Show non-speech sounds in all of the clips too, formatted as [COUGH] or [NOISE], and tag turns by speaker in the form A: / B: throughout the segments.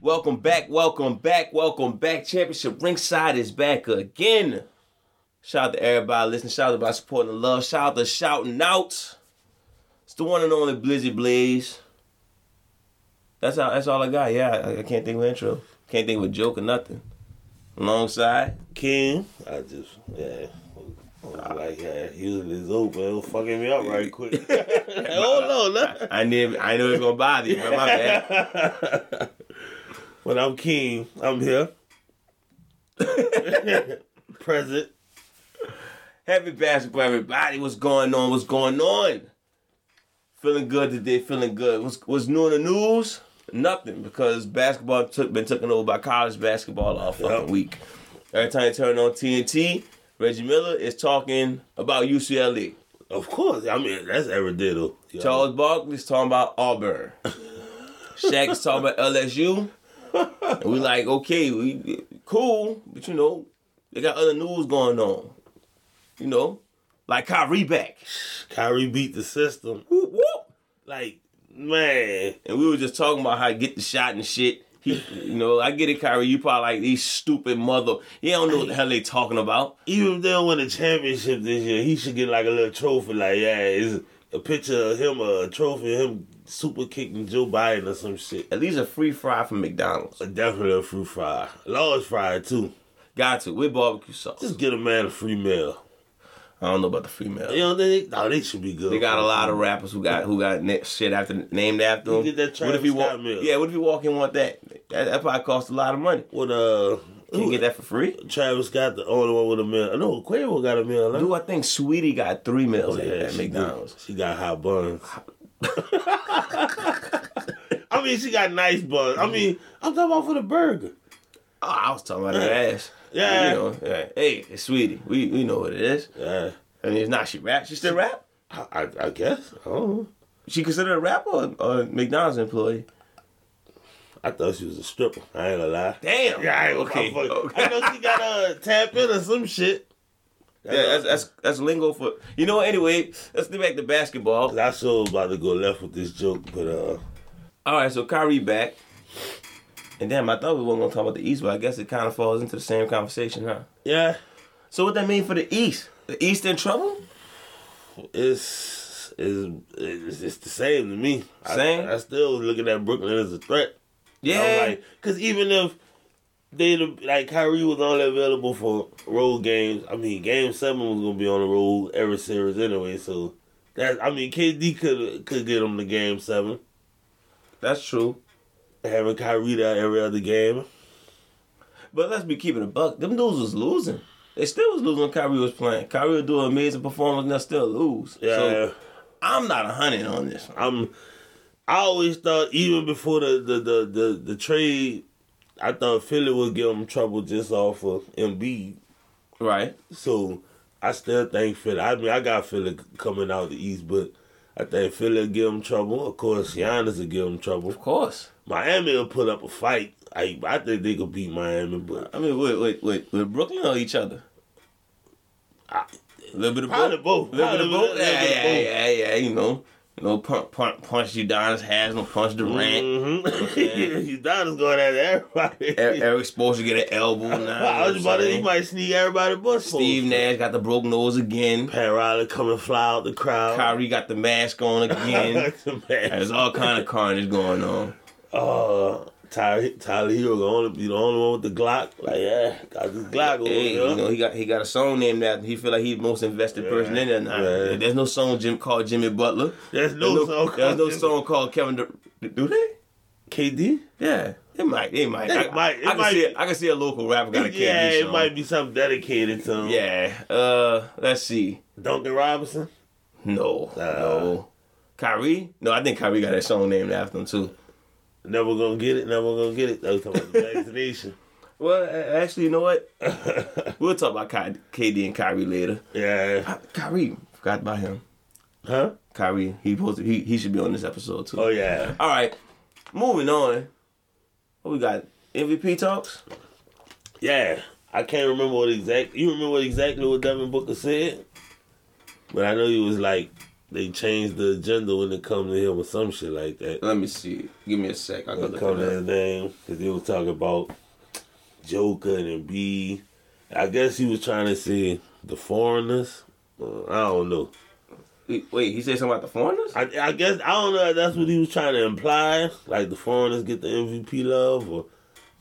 A: Welcome back, welcome back, welcome back. Championship Ringside is back again. Shout out to everybody listening. Shout out to everybody supporting the love. Shout out to shouting out. It's the one and only Blizzy Blaze. That's all. That's all I got. Yeah, I, I can't think of an intro. Can't think of a joke or nothing. Alongside King.
B: I just, yeah. I was Like, yeah, usually it's open. It'll fucking me up right quick. [LAUGHS] oh, no,
A: I knew. I knew it was gonna bother you, but my bad.
B: no. when I'm king, I'm here. [LAUGHS] Present.
A: Happy basketball, everybody. What's going on? What's going on? Feeling good today. Feeling good. What's What's new in the news? Nothing because basketball took been taken over by college basketball all fucking
B: Yep.
A: week. Every time you turn on TNT, Reggie Miller is talking about UCLA.
B: Of course. I mean, that's Erediddle. You know?
A: Charles Barkley's talking about Auburn. Shaq's talking about LSU. And we like, okay, we cool, but you know, they got other news going on. You know, like Kyrie back.
B: Kyrie beat the system.
A: Whoop, whoop.
B: Like, man.
A: And we were just talking about how to get the shot and shit. He, you know, I get it, Kyrie. You probably like these stupid mother. You don't know what the hell they talking about.
B: Even if they don't win a championship this year, he should get like a little trophy. Like, yeah, it's a picture of him, a trophy of him super kicking Joe Biden or some shit.
A: At least a free fry from McDonald's.
B: Definitely a free fry. Large fry, too.
A: Got to with barbecue sauce.
B: Just get a man a free meal.
A: I don't know about the female.
B: You know, they, no, they should be good.
A: They got a lot of rappers who got who got na- shit after named after
B: He
A: them.
B: did that Travis
A: he
B: Scott
A: walk?
B: meal.
A: Yeah, what if you walk in want that? that? That probably cost a lot of money.
B: With, uh,
A: Can you get that for free?
B: Travis got the only one with a meal. No, Quavo got a meal. huh?
A: Do I think Sweetie got three meals at- at
B: Oh, she
A: McDonald's?
B: do. She got hot buns. [LAUGHS] I mean, she got nice buns. I mean, I'm talking about for the burger.
A: Oh, I was talking about her ass.
B: Yeah.
A: you know, yeah. Hey, it's Sweetie. We we know what it is.
B: Yeah,
A: I mean, it's not she rap. She still rap.
B: I, I, I guess. I don't know.
A: She considered a rapper or, or McDonald's employee.
B: I thought she was a stripper. I ain't gonna lie.
A: Damn.
B: Yeah, I ain't gonna
A: Okay,
B: fuck-
A: okay.
B: I know she got a uh, tap in or some shit.
A: Yeah, that's that's that's lingo for you know. what, Anyway, let's get back to basketball.
B: 'Cause I so about to go left with this joke, but uh,
A: All right, so Kyrie back. And damn, I thought we weren't gonna talk about the East, but I guess it kind of falls into the same conversation, huh?
B: yeah,
A: So what that mean for the East? The East in trouble?
B: it's it's it's, it's the same to me. I-
A: Same?
B: I, still looking at Brooklyn as a threat.
A: Yeah.
B: I'm like, cause even if they the- like Kyrie was only available for road games, I mean Game Seven was gonna be on the road every series anyway. So that I mean KD could could get him to Game Seven,
A: That's true.
B: having Kyrie out every other game.
A: But let's be keeping a buck. Them dudes was losing. They still was losing when Kyrie was playing. Kyrie was doing amazing performance and they still lose.
B: Yeah,
A: So I'm not a hundred on this.
B: I'm. I always thought even before the the the the, the trade. I thought Philly would give him trouble just off of Embiid,
A: Right.
B: So I still think Philly. I mean, I got Philly coming out the East, but I think Philly will give them trouble. Of course, Giannis will give them trouble.
A: Of course.
B: Miami will put up a fight. I I think they could beat Miami, but
A: I mean, wait, wait, wait. With Brooklyn or each other?
B: I,
A: A little bit of
B: Probably
A: Ah. both.
B: both.
A: A little bit of
B: Probably
A: both.
B: a little
A: Yeah,
B: bit of
A: yeah,
B: both.
A: yeah, yeah. You know, you know, punch, punch, punch Udonis Haslam, punch Durant.
B: [LAUGHS] mm-hmm. Udonis going at everybody.
A: Er- Eric Spoelstra get an elbow [LAUGHS]
B: [LAUGHS]
A: now.
B: I was about to. He
A: Steve
B: might sneak everybody but Spoelstra.
A: Nash got the broken nose again.
B: Pat Riley coming fly out the crowd.
A: Kyrie got the mask on [LAUGHS] again.
B: [LAUGHS]
A: There's all kind of carnage going on.
B: Uh, Tyler, Tyler Hero gonna be the only one with the Glock. Like, yeah, got this Glock over
A: Hey,
B: there.
A: you know, he got he got a song named after. He feel like he's the most invested person in there. Nah,
B: Yeah.
A: There's no song Jim called Jimmy Butler.
B: There's no song called
A: There's no
B: Jimmy-
A: song called Kevin. Dur- do they?
B: KD?
A: Yeah, it might. It might.
B: It
A: I,
B: might, it
A: I can
B: might
A: see.
B: be.
A: it- I can see a local rapper got a KD
B: yeah, it
A: song.
B: might be something dedicated to him.
A: Yeah. Uh, let's see.
B: Duncan Robinson.
A: No. no. Kyrie? No, I think Kyrie got that song named after him too.
B: Never gonna get it. Never gonna get it. That was talking about
A: [LAUGHS]
B: the vaccination. [LAUGHS]
A: Well, a- actually, you know what? we'll talk about Ky- KD and Kyrie later.
B: Yeah.
A: Kyrie, forgot about him.
B: Huh?
A: Kyrie, he supposed to, he he should be on this episode too.
B: Oh yeah.
A: All right, moving on. What we got? MVP talks?
B: Yeah, I can't remember what exact. You remember what exactly what Devin Booker said? But I know he was like, they changed the agenda when it come to him or some shit like that.
A: Let me see. Give me a sec. I
B: When
A: can
B: it come
A: look
B: to
A: it
B: his
A: up.
B: name, because they was talking about Joker and B. I guess he was trying to say the foreigners. Uh, I don't know.
A: Wait, Wait, he said something about the foreigners?
B: I, I guess I don't know if that's what he was trying to imply. Like the foreigners get the MVP love, or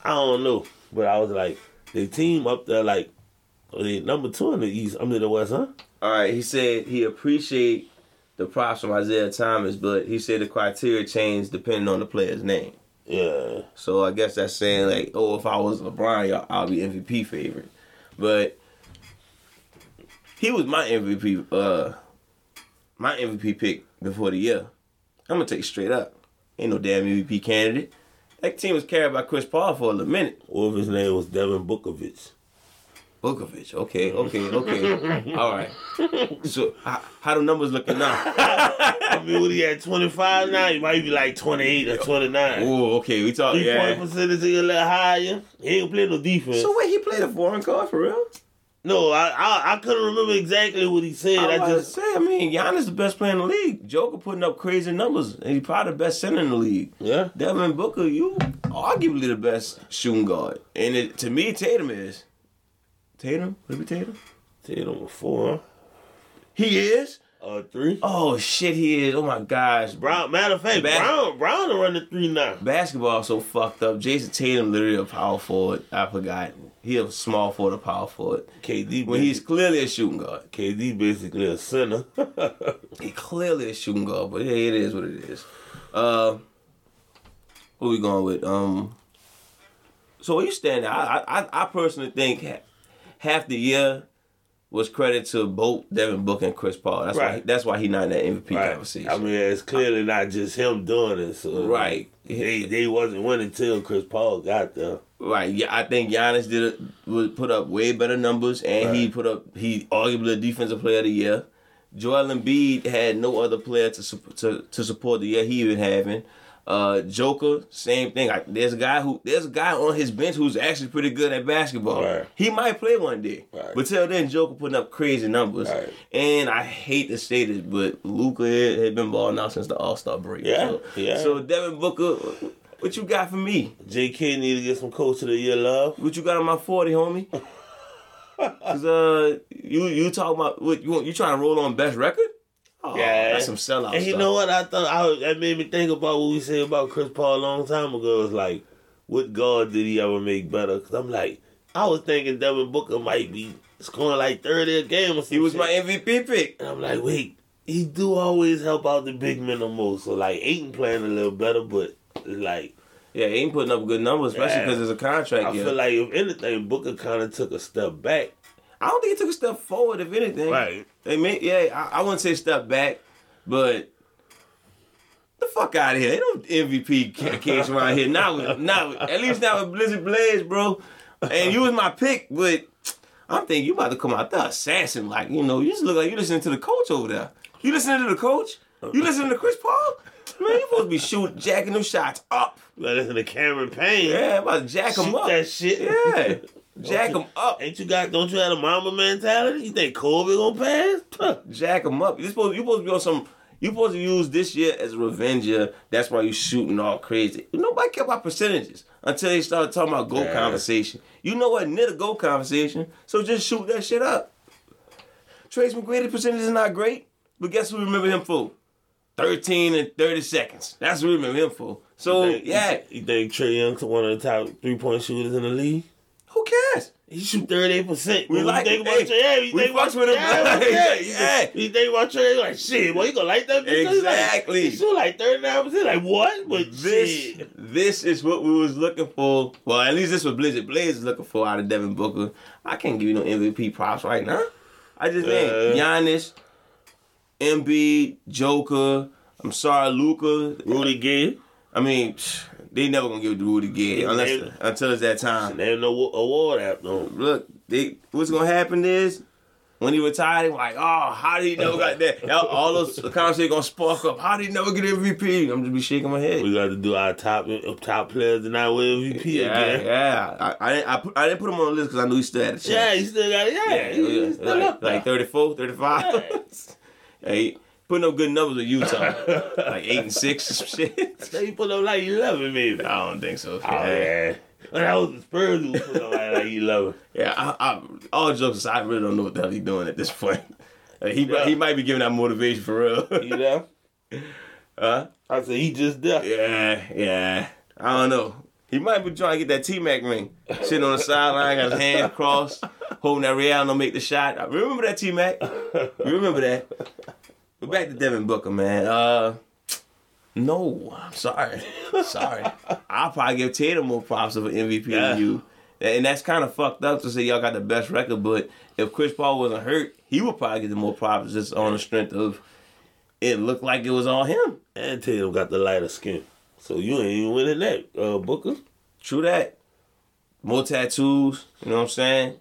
B: I don't know. But I was like, they team up there like oh, they number two in the East. I'm in the West, huh?
A: All right, he said he appreciate the props from Isaiah Thomas, but he said the criteria changed depending on the player's name.
B: Yeah,
A: So I guess that's saying like, oh, if I was LeBron, y'all, I'll be MVP favorite. But he was my MVP, uh, my MVP pick before the year. I'm gonna take it straight up. Ain't no damn MVP candidate. That team was carried by Chris Paul for a little minute.
B: what if his name was Devin Bookovich?
A: Vukovic. Okay, okay, okay. All right. So how, how the numbers looking now?
B: I mean, what he at 25 now? He might be like 28 or 29.
A: Oh, okay. We talking.
B: Three
A: Yeah.
B: point percentage is a little higher. He ain't play no defense.
A: So wait, he played a foreign card for real?
B: no, I, I I couldn't remember exactly what he said.
A: I,
B: I,
A: was just
B: just
A: say, I mean, Giannis the best player in the league. Joker putting up crazy numbers. He's probably the best center in the league.
B: yeah.
A: Devin Booker, you arguably the best shooting guard. And it, to me, Tatum is. Tatum? Would it be Tatum?
B: Tatum was four,
A: He is?
B: huh? Uh, three.
A: Oh, shit, he is. Oh, my gosh.
B: Brown, matter of fact,
A: Bas-
B: Brown Brown to run the three now.
A: Basketball so fucked up. Jason Tatum literally a power forward. I forgot. He a small forward, a power forward.
B: KD
A: When
B: ba-
A: he's clearly a shooting guard.
B: KD basically a center. [LAUGHS]
A: He clearly is shooting guard, but yeah, it is what it is. Uh, who we going with? Um, so where you standing? I, I I- I personally think ha- half the year was credit to both Devin Booker and Chris Paul. That's why
B: Right.
A: that's why he not in that MVP
B: right.
A: conversation.
B: I mean, it's clearly not just him doing it. So uh,
A: right,
B: They they wasn't winning till Chris Paul got there.
A: right. Yeah, I think Giannis did a, would put up way better numbers, and he put up he arguably a defensive player of the year. Joel Embiid had no other player to sup- to, to support the year he even having. Uh, Joker, same thing. Like, there's a guy who there's a guy on his bench who's actually pretty good at basketball.
B: Right.
A: He might play one day,
B: Right.
A: but till then, Joker putting up crazy numbers.
B: Right.
A: And I hate to say this, but Luca had, had been balling out since the All Star break.
B: Yeah,
A: So,
B: yeah.
A: so Devin Booker, what you got for me?
B: JK need to get some coach of the year love.
A: What you got on my forty,
B: [LAUGHS]
A: homie? Cause uh, you you talking about what you want? You trying to roll on best record? Oh,
B: Yeah. eh?
A: that's some sellout
B: And you
A: stuff.
B: know what? I thought I was, that made me think about what we said about Chris Paul a long time ago. It's like, what guard did he ever make better? Because I'm like, I was thinking Devin Booker might be scoring like 30 a game or something.
A: he was my MVP pick.
B: And I'm like, wait, he do always help out the big men the most. So like Aiden playing a little better, but like
A: Yeah, he ain't putting up good numbers, especially
B: Yeah.
A: because it's a
B: I
A: contract year.
B: feel like if anything, Booker kind of took a step back.
A: I don't think he took a step forward. If anything,
B: Right.
A: They may, yeah, I, I wouldn't say step back, but the fuck out of here. They don't MVP
B: [LAUGHS]
A: ca- case around here. Not with, not with, at least not with Blizzard Blaze, bro. And you was my pick, but I'm thinking you about to come out there assassin, like you know. You just look like you listening to the coach over there. You listening to the coach? You listening to Chris Paul? Man, you supposed to be shooting, jacking them shots up.
B: Like listen to Cameron Payne,
A: Yeah, about to jack them
B: shoot
A: up.
B: that shit.
A: Yeah, jack
B: you-
A: them up.
B: Ain't you got? Don't you have a mama mentality? You think Kobe gonna pass? Huh.
A: jack them up. You supposed you supposed to be on some. You supposed to use this year as a revenge year. That's why you shooting all crazy. Nobody care about percentages until they start talking about goal
B: Yeah.
A: conversation. You know what? Near the goal conversation. So just shoot that shit up. Trace McGrady's percentage is not great, but guess who we remember him for? Thirteen and thirty seconds. That's what we remember him for. So
B: You think-
A: Oh, yeah,
B: You think Trey Young's one of the top three point shooters in the league?
A: who cares?
B: He shoot thirty eight percent.
A: We like
B: think
A: it.
B: about
A: Hey,
B: Trey, yeah, you
A: we
B: think about
A: fucks with him.
B: Yeah, yeah, yeah.
A: [LAUGHS] Yeah.
B: You think about Trey, you're like shit. Well, you gonna like that? bitch? He's like-
A: Exactly.
B: He shoot like thirty nine percent. Like what? But
A: This
B: shit.
A: this is what we was looking for. Well, at least this was Blizzard Blaze looking for out of Devin Booker. I can't give you no MVP props right now. I just think
B: Uh.
A: Giannis, Embiid, Joker. I'm sorry, Luca.
B: Rudy Gay.
A: I mean, psh, they never gonna give it to Rudy Gay unless
B: They-
A: until it's that time.
B: They have no award after him.
A: Look, they what's gonna happen is When he retired, I'm like, oh, how did he never got that? Y'all- All those conversations gonna spark up. How did he never get MVP? I'm just be shaking my head.
B: We got to do our top top players tonight with
A: [LAUGHS]
B: MVP
A: Yeah,
B: again.
A: yeah. I, I, didn't, I, put, I didn't put him on the list because I knew he still had a chance.
B: Yeah, he still got it. Yeah,
A: Yeah,
B: he,
A: yeah,
B: he's still
A: like,
B: up there.
A: like 34, 35. [LAUGHS] hey, putting up good numbers with
B: [LAUGHS]
A: Utah. like 8 and 6 or some shit. [LAUGHS]
B: [LAUGHS] They put up like eleven, maybe. Oh
A: I don't think so. yeah,
B: yeah. When I was the Spurs, who put up like, like eleven.
A: yeah I, I, all jokes aside, I really don't know what the hell he's doing at this point. [LAUGHS] Like, he,
B: Yeah.
A: he might be giving that motivation for [LAUGHS] real.
B: You know?
A: huh?
B: I said he just there.
A: Yeah, yeah. I don't know. He might be trying to get that T Mac ring. Sitting on the sideline, got his hands crossed, hoping that Real don't make the shot. I remember that T Mac. You remember that. But back to Devin Booker, man. Uh no, I'm sorry. [LAUGHS] Sorry. I'll probably give Tatum more props of an MVP
B: Yeah.
A: than you. And that's kind of fucked up to say y'all got the best record, but if Chris Paul wasn't hurt, he would probably get the more props just on the strength of it looked like it was on him.
B: And Tatum got the lighter skin, so you ain't even winning that, uh, Booker.
A: True that. More tattoos. You know what I'm saying?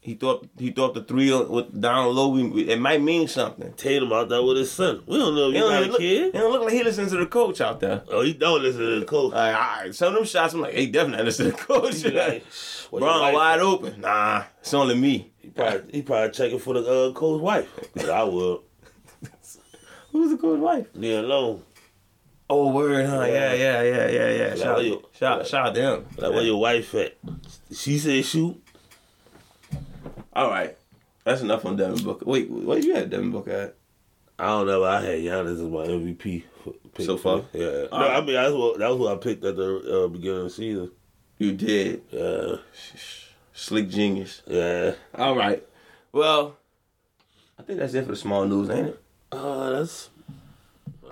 A: He thought he thought the three on- with down low. We, we- it might mean something.
B: Tatum out there with his son. We don't know if
A: It
B: you
A: don't,
B: got a
A: even look, it
B: kid.
A: don't look like he listens to the coach out there.
B: Oh, he don't listen to the coach.
A: Like, all right, some of them shots, I'm like, hey, definitely listen to the coach. [LAUGHS]
B: He like, well, your
A: Bron
B: wife-
A: wide open. Nah, it's only me.
B: He probably, he probably checking for the uh, coach's wife. But I would.
A: [LAUGHS] Who's the coach wife?
B: Leave alone.
A: Oh, word, huh? Yeah,
B: Yeah.
A: yeah, yeah, yeah, yeah. Shout,
B: where you-
A: shout, shout out to him.
B: Like where your wife at? She said shoot.
A: All right, that's enough on Devin Booker. Wait, what you had Devin Booker at?
B: I don't know. but I had Giannis as my MVP pick.
A: So far?
B: yeah.
A: All
B: no,
A: right.
B: I mean that's what that was who I picked at the uh, beginning of the season.
A: You did.
B: Yeah,
A: Slick genius.
B: yeah.
A: All right. Well, I think that's it for the small news, ain't it?
B: Uh, that's.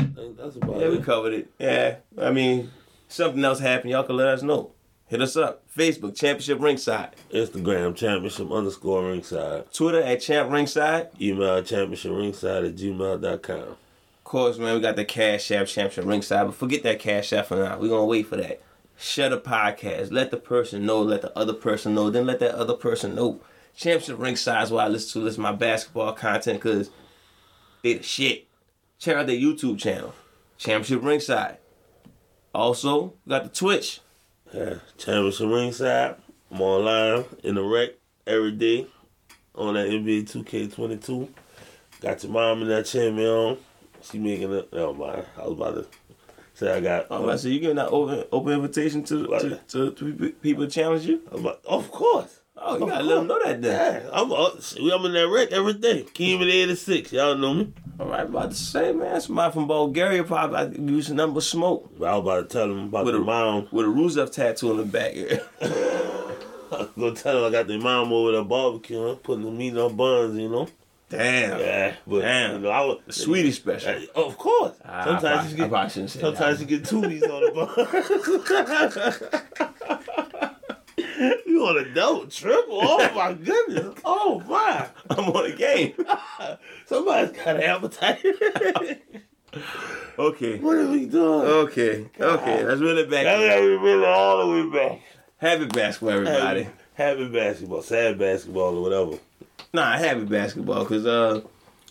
B: I think that's about
A: Yeah, we
B: it.
A: covered it. Yeah. I mean, something else happened. Y'all can let us know. Hit us up. Facebook, Championship Ringside.
B: Instagram championship underscore ringside.
A: Twitter at Champ Ringside.
B: Email championship ringside at gmail.com.
A: Of course, man, we got the Cash App Championship Ringside, but forget that Cash App for now. We're going to wait for that. Share the podcast. Let the person know, let the other person know, then let that other person know. Championship Ringside is what I listen to. Listen to my basketball content because they the shit. Check out their YouTube channel, Championship Ringside. Also, we got the Twitch.
B: Yeah. Championship ringside. I'm online in the rec every day on that NBA 2K22. Got your mom in that chairman on. She making it. Never mind. I was about to say I got.
A: I'm about to say, Oh, you giving that open, open invitation to, to, to, to pe- people to challenge you?
B: I'm about- of course.
A: Oh, you
B: Of
A: got to let them
B: course.
A: know that then.
B: Yeah, I'm up. I'm in that wreck every day. Keem at 86. Y'all know me.
A: All right, about to say, man, somebody from Bulgaria probably using number smoke.
B: But I was about to tell him about
A: With
B: the
A: a-
B: mom. [LAUGHS]
A: with a Rusev tattoo on the back. [LAUGHS]
B: I was gonna tell him I got the mom over there barbecuing, putting the meat on buns, you know.
A: Damn.
B: Yeah, but
A: Damn.
B: you know, I was
A: Swedish special.
B: [LAUGHS] Yeah, Of course.
A: Ah, I
B: sometimes
A: probably-
B: you
A: I
B: get
A: probably shouldn't say that.
B: sometimes you get two meats on the bun. [LAUGHS] you on a double triple?
A: [LAUGHS]
B: Oh my goodness! Oh my!
A: I'm on the
B: [LAUGHS]
A: game.
B: Somebody's got
A: [LAUGHS]
B: an [LAUGHS] appetite.
A: okay.
B: what are we doing?
A: Okay. Okay. That's really
B: Now we
A: back.
B: gotta really all the way back.
A: Happy basketball, everybody.
B: Happy basketball, sad basketball, or whatever.
A: Nah, happy basketball, cause uh,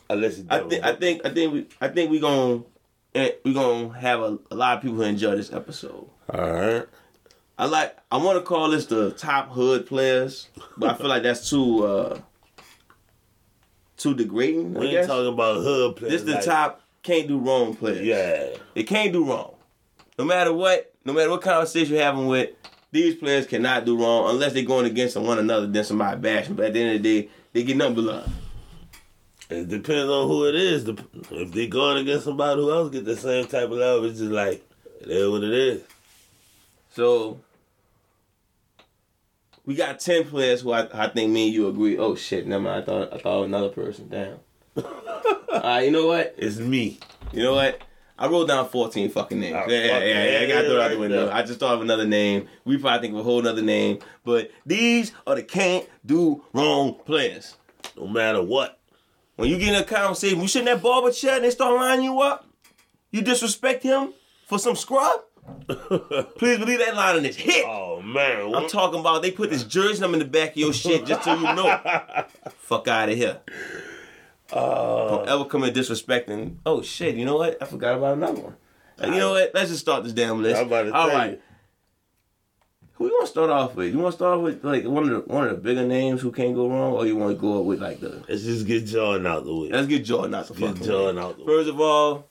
B: Unless you
A: I think I think I think we I think we gonna we gonna have a, a lot of people who enjoy this episode.
B: All right.
A: I like I want to call this the top hood players, but I feel like that's too uh too degrading. I
B: We ain't
A: guess.
B: talking about hood
A: this
B: players.
A: the
B: like-
A: top can't do wrong players.
B: Yeah.
A: They can't do wrong. No matter what, no matter what conversation you're having with, these players cannot do wrong unless they're going against one another, then somebody bashing. But at the end of the day, they get nothing but love.
B: It depends on who it is. Dep- If they going against somebody who else get the same type of love, it's just like it is what it is.
A: So we got ten players who I, I think me and you agree. Oh shit, never mind. I thought I thought another person. Damn. [LAUGHS] Alright, you know what?
B: It's me.
A: You know what? I wrote down 14 fucking names.
B: Oh,
A: yeah, yeah,
B: fuck
A: yeah,
B: yeah,
A: yeah, I gotta throw it out the
B: right
A: window.
B: there.
A: I just thought of another name. We probably think of a whole nother name. But these are the can't do wrong players.
B: No matter what. [LAUGHS]
A: When you get in a conversation, you sit in that barber chair and they start lining you up, you disrespect him for some scrub? Please believe that line in this hit.
B: oh man,
A: I'm talking about they put this jersey number in the back of your shit just so you
B: [LAUGHS]
A: know. Fuck out of here.
B: Uh,
A: Don't ever come in disrespecting. Oh shit, you know what? I forgot about another one. Like, you know what? Let's just start this damn list.
B: I'm about to
A: All
B: tell
A: right.
B: you.
A: Who you want to start off with? You want to start off with like one of the one of the bigger names who can't go wrong, or you want to go up with like the
B: Let's just get Jordan out the way.
A: let's get Jordan out the
B: get
A: fucking way.
B: Jordan out the way.
A: First of all,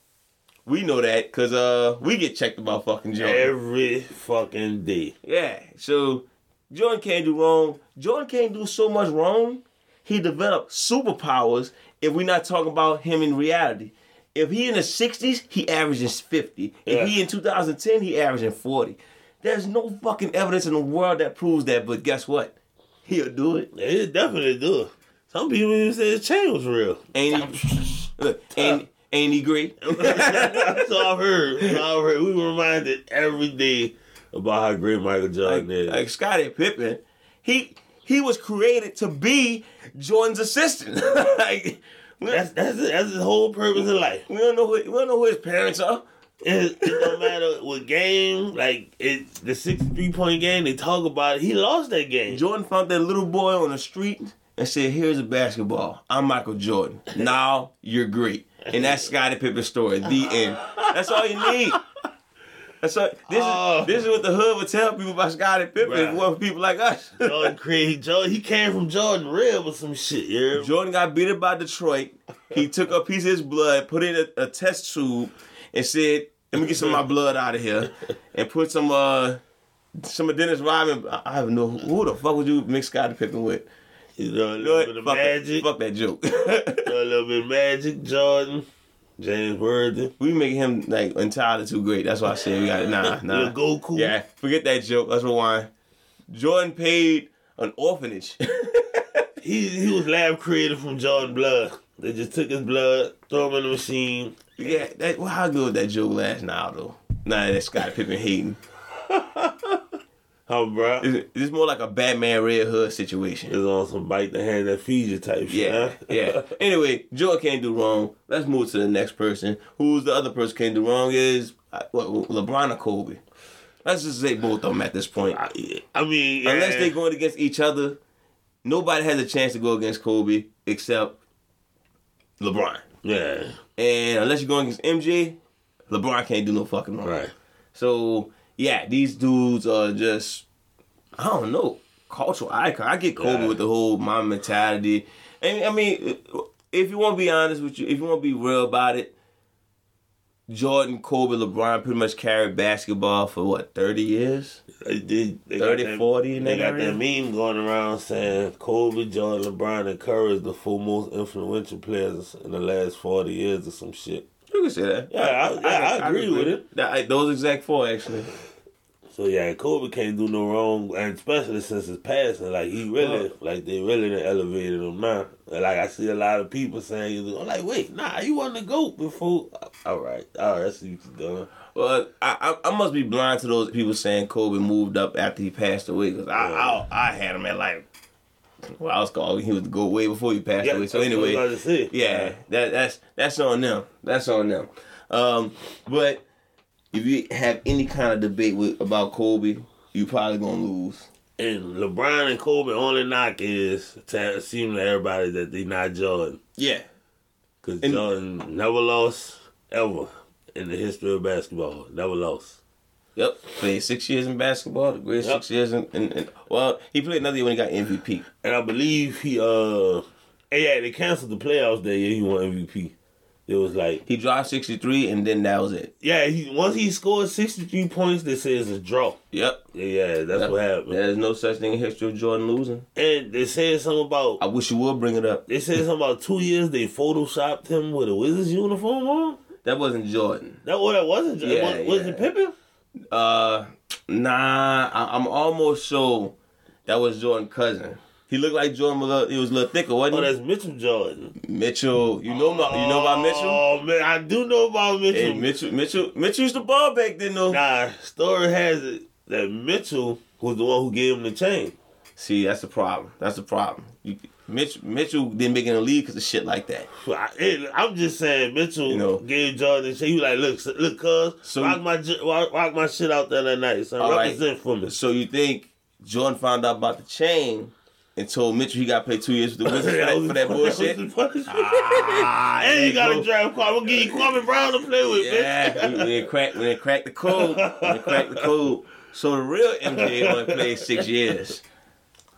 A: we know that because uh we get checked about fucking Jordan.
B: Every fucking day.
A: Yeah. So Jordan can't do wrong. Jordan can't do so much wrong. He developed superpowers if we're not talking about him in reality. If he in the 60s, he averages 50.
B: Yeah.
A: If he in 2010, he averaging 40. There's no fucking evidence in the world that proves that, but guess what? He'll do it.
B: They definitely do. Some people even say his chain was real.
A: Ain't he, look, ain't, ain't he great?
B: That's all I've heard. That's all I've heard. We were reminded every day about how great Michael Jordan is.
A: like Scottie Pippen, he he was created to be Jordan's assistant. [LAUGHS] like
B: that's that's that's his whole purpose in life.
A: We don't know who we don't know who his parents are.
B: It, it don't matter what game, like it, the sixty-three point game they talk about. It, he lost that game.
A: Jordan found that little boy on the street and said, "Here's a basketball. I'm Michael Jordan. Now you're great." And that's Scottie Pippen's story. The end. That's all you need. That's all, this
B: Oh.
A: is this is what the hood would tell people about Scottie Pippen.
B: Right.
A: If it wasn't for people like us.
B: Jordan created Jordan. He came from Jordan Real or some shit. Yeah.
A: Jordan got beaten by Detroit. He took a piece of his blood, put it in a, a test tube, and said, "Let me get some of my blood out of here," and put some uh some of Dennis Rodman. I, I don't know who the fuck would you mix Scottie Pippen with.
B: You know, a
A: You know
B: little
A: what?
B: bit of
A: Fuck that-
B: magic.
A: fuck that joke. [LAUGHS]
B: A little bit of magic. Jordan, James Worthy.
A: we making him like entirely too great. That's why I said we got nah nah.
B: Little Goku.
A: Yeah, forget that joke. Let's rewind. Jordan paid an orphanage. [LAUGHS]
B: He he was lab created from Jordan blood. They just took his blood, throw him in the machine.
A: yeah, that, well, how good that joke last now though? Nah, that's Scottie Pippen hating.
B: How bro? It's
A: It's, it's more like a Batman Red Hood situation.
B: on some bite the hand that feeds you type shit.
A: Yeah,
B: huh? [LAUGHS]
A: yeah. Anyway, Jordan can't do wrong. Let's move to the next person. Who's the other person can't do wrong is uh, what LeBron or Kobe. Let's just say both of them at this point.
B: I, I mean,
A: Unless
B: yeah.
A: they're going against each other, nobody has a chance to go against Kobe except LeBron.
B: yeah,
A: And unless you're going against MJ, LeBron can't do no fucking wrong.
B: right.
A: So yeah, these dudes are just I don't know cultural icon. I get Kobe
B: Yeah.
A: with the whole my mentality, and I mean, if you want to be honest with you, if you want to be real about it, Jordan, Kobe, LeBron pretty much carried basketball for what thirty years.
B: They, they, they
A: 30,
B: got that,
A: 40 in
B: They
A: that
B: got that meme going around saying Kobe, Jordan, LeBron, and Curry is the four most influential players in the last forty years or some shit.
A: You can say that.
B: Yeah, I- I- I agree with it.
A: That- I- those exact four actually.
B: So yeah, Kobe can't do no wrong, and especially since his passing, like he really, like they really done elevated him now. And, Like I see a lot of people saying, "I'm like, wait, nah, you wasn't the goat before." All right, all right, I see what you done.
A: Well, I, I I must be blind to those people saying Kobe moved up after he passed away because I,
B: Yeah.
A: I I had him at like well I was called he was go way before he passed away. So
B: that's what I
A: anyway,
B: was about to say.
A: yeah, that that's that's on them. That's on them. Um, but if you have any kind of debate with about Kobe, you probably gonna lose.
B: And LeBron and Kobe only knock is to seem to everybody that they not Jordan,
A: Yeah,
B: because
A: And-
B: Jordan never lost ever in the history of basketball. Never lost.
A: Yep, played six years in basketball, the greatest
B: Yep.
A: six years in, in, in. Well, he played another year when he got MVP.
B: And I believe he uh hey, yeah, they canceled the playoffs that year he won MVP. It was like
A: He dropped sixty three, and then that was it.
B: yeah, he once he scored sixty three points, they say it's a draw.
A: Yep,
B: Yeah, yeah, that's what happened.
A: There's no such thing in history of Jordan losing.
B: And they said something
A: I
B: about
A: wish you would bring it up.
B: they said something about two years they photoshopped him with a Wizards uniform on.
A: That wasn't Jordan.
B: That what that wasn't.
A: Yeah,
B: was, was it
A: yeah.
B: Pippen?
A: Uh, nah, I, I'm almost sure that was Jordan cousin. He looked like Jordan. Was a, he was a little thicker,
B: Oh,
A: wasn't he?
B: that's Mitchell Jordan.
A: Mitchell, you know about you know about Mitchell.
B: Oh man, I do know about Mitchell.
A: Hey, Mitchell, Mitchell, Mitchell used to ball back then, though.
B: Nah, story has it that Mitchell was the one who gave him the chain.
A: See, that's the problem. That's the problem. You, Mitch, Mitchell didn't make it in the league because of shit like that.
B: I, it- I'm just saying, Mitchell
A: You know.
B: gave Jordan. shit. He was like, look, s- look, cuz
A: So-
B: rock my j- rock, rock my shit out there that night. So
A: All right.
B: represent
A: [LAUGHS]
B: for me.
A: So you think Jordan found out about the chain and told Mitchell he got paid two years with
B: [LAUGHS]
A: the Wizards for that, for that bullshit? Ah,
B: and
A: there
B: you got
A: go.
B: a draft card. I'm gonna give you Kwame Brown to play with,
A: Yeah,
B: bitch. [LAUGHS]
A: we, we didn't crack, we didn't crack the code. We didn't crack the code. So the real MJ only played six years.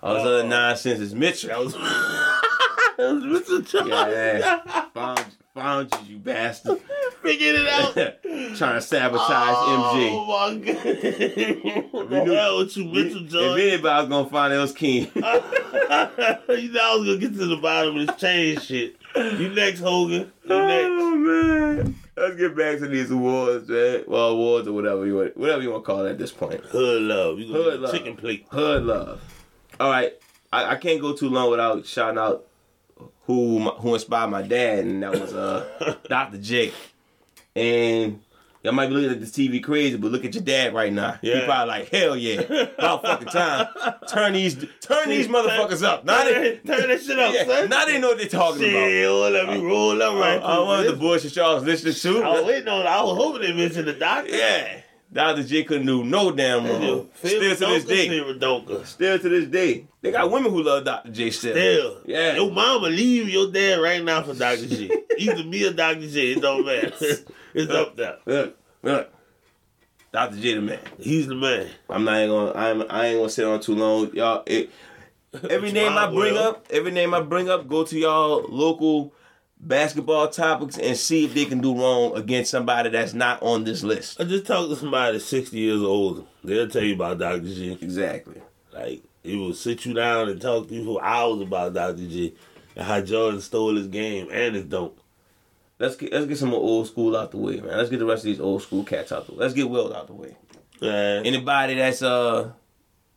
A: All this other nonsense is
B: That
A: Mitchell.
B: was, that was Mr. Johnson. [LAUGHS]
A: Yeah. Found, found you, you bastard.
B: Figured
A: [LAUGHS]
B: it out.
A: Trying to sabotage MJ.
B: Oh my god. what the
A: knew-
B: hell with you,
A: If
B: Mitchell Jordan?
A: anybody was gonna find it, it was King.
B: [LAUGHS] you know I was gonna get to the bottom of this chain shit. You next, Hogan. You next.
A: [LAUGHS] Oh man, let's get back to these awards, man. Well, awards or whatever you want, whatever you want to call it at this point.
B: Hood love. You gonna
A: Hood
B: get a
A: love.
B: chicken plate.
A: Hood love. All right, I, I can't go too long without shouting out who my, who inspired my dad, and that was
B: [LAUGHS]
A: uh Dr. Jake. And y'all might be looking at this TV crazy, but look at your dad right now. He
B: Yeah.
A: probably like hell yeah, about fucking time. Turn these turn these motherfuckers up. Now they,
B: Turn that shit up,
A: yeah,
B: son.
A: now they know what they're talking about.
B: Shit, well, let me roll up
A: I, I
B: right quick.
A: wanted the bullshit y'all was listening to.
B: I was waiting on. I was hoping they mentioned the doctor.
A: Yeah. Dr. J couldn't do no damn wrong. Still to this day.
B: Donka.
A: Still to this day. They got women who love Dr. J still.
B: Still,
A: Yeah.
B: Your mama leave your dad right now for Dr. J. Either me or Dr. J. It don't
A: [LAUGHS]
B: matter. It's up there.
A: Look, look. Dr. J the man.
B: He's the man.
A: I'm not even gonna I'm I ain't gonna sit on too long. Y'all it, every
B: It's
A: name
B: my
A: I bring
B: will.
A: up, every name I bring up, go to y'all local basketball topics and see if they can do wrong against somebody that's not on this list.
B: I just talked to somebody that's 60 years older. They'll tell you about Dr. J.
A: Exactly.
B: Like, he will sit you down and talk to you for hours about Dr. J. And how Jordan stole his game and his dunk.
A: Let's get let's get some more old school out the way, man. Let's get the rest of these old school cats out the way. Let's get Will out the way.
B: Man,
A: anybody that's uh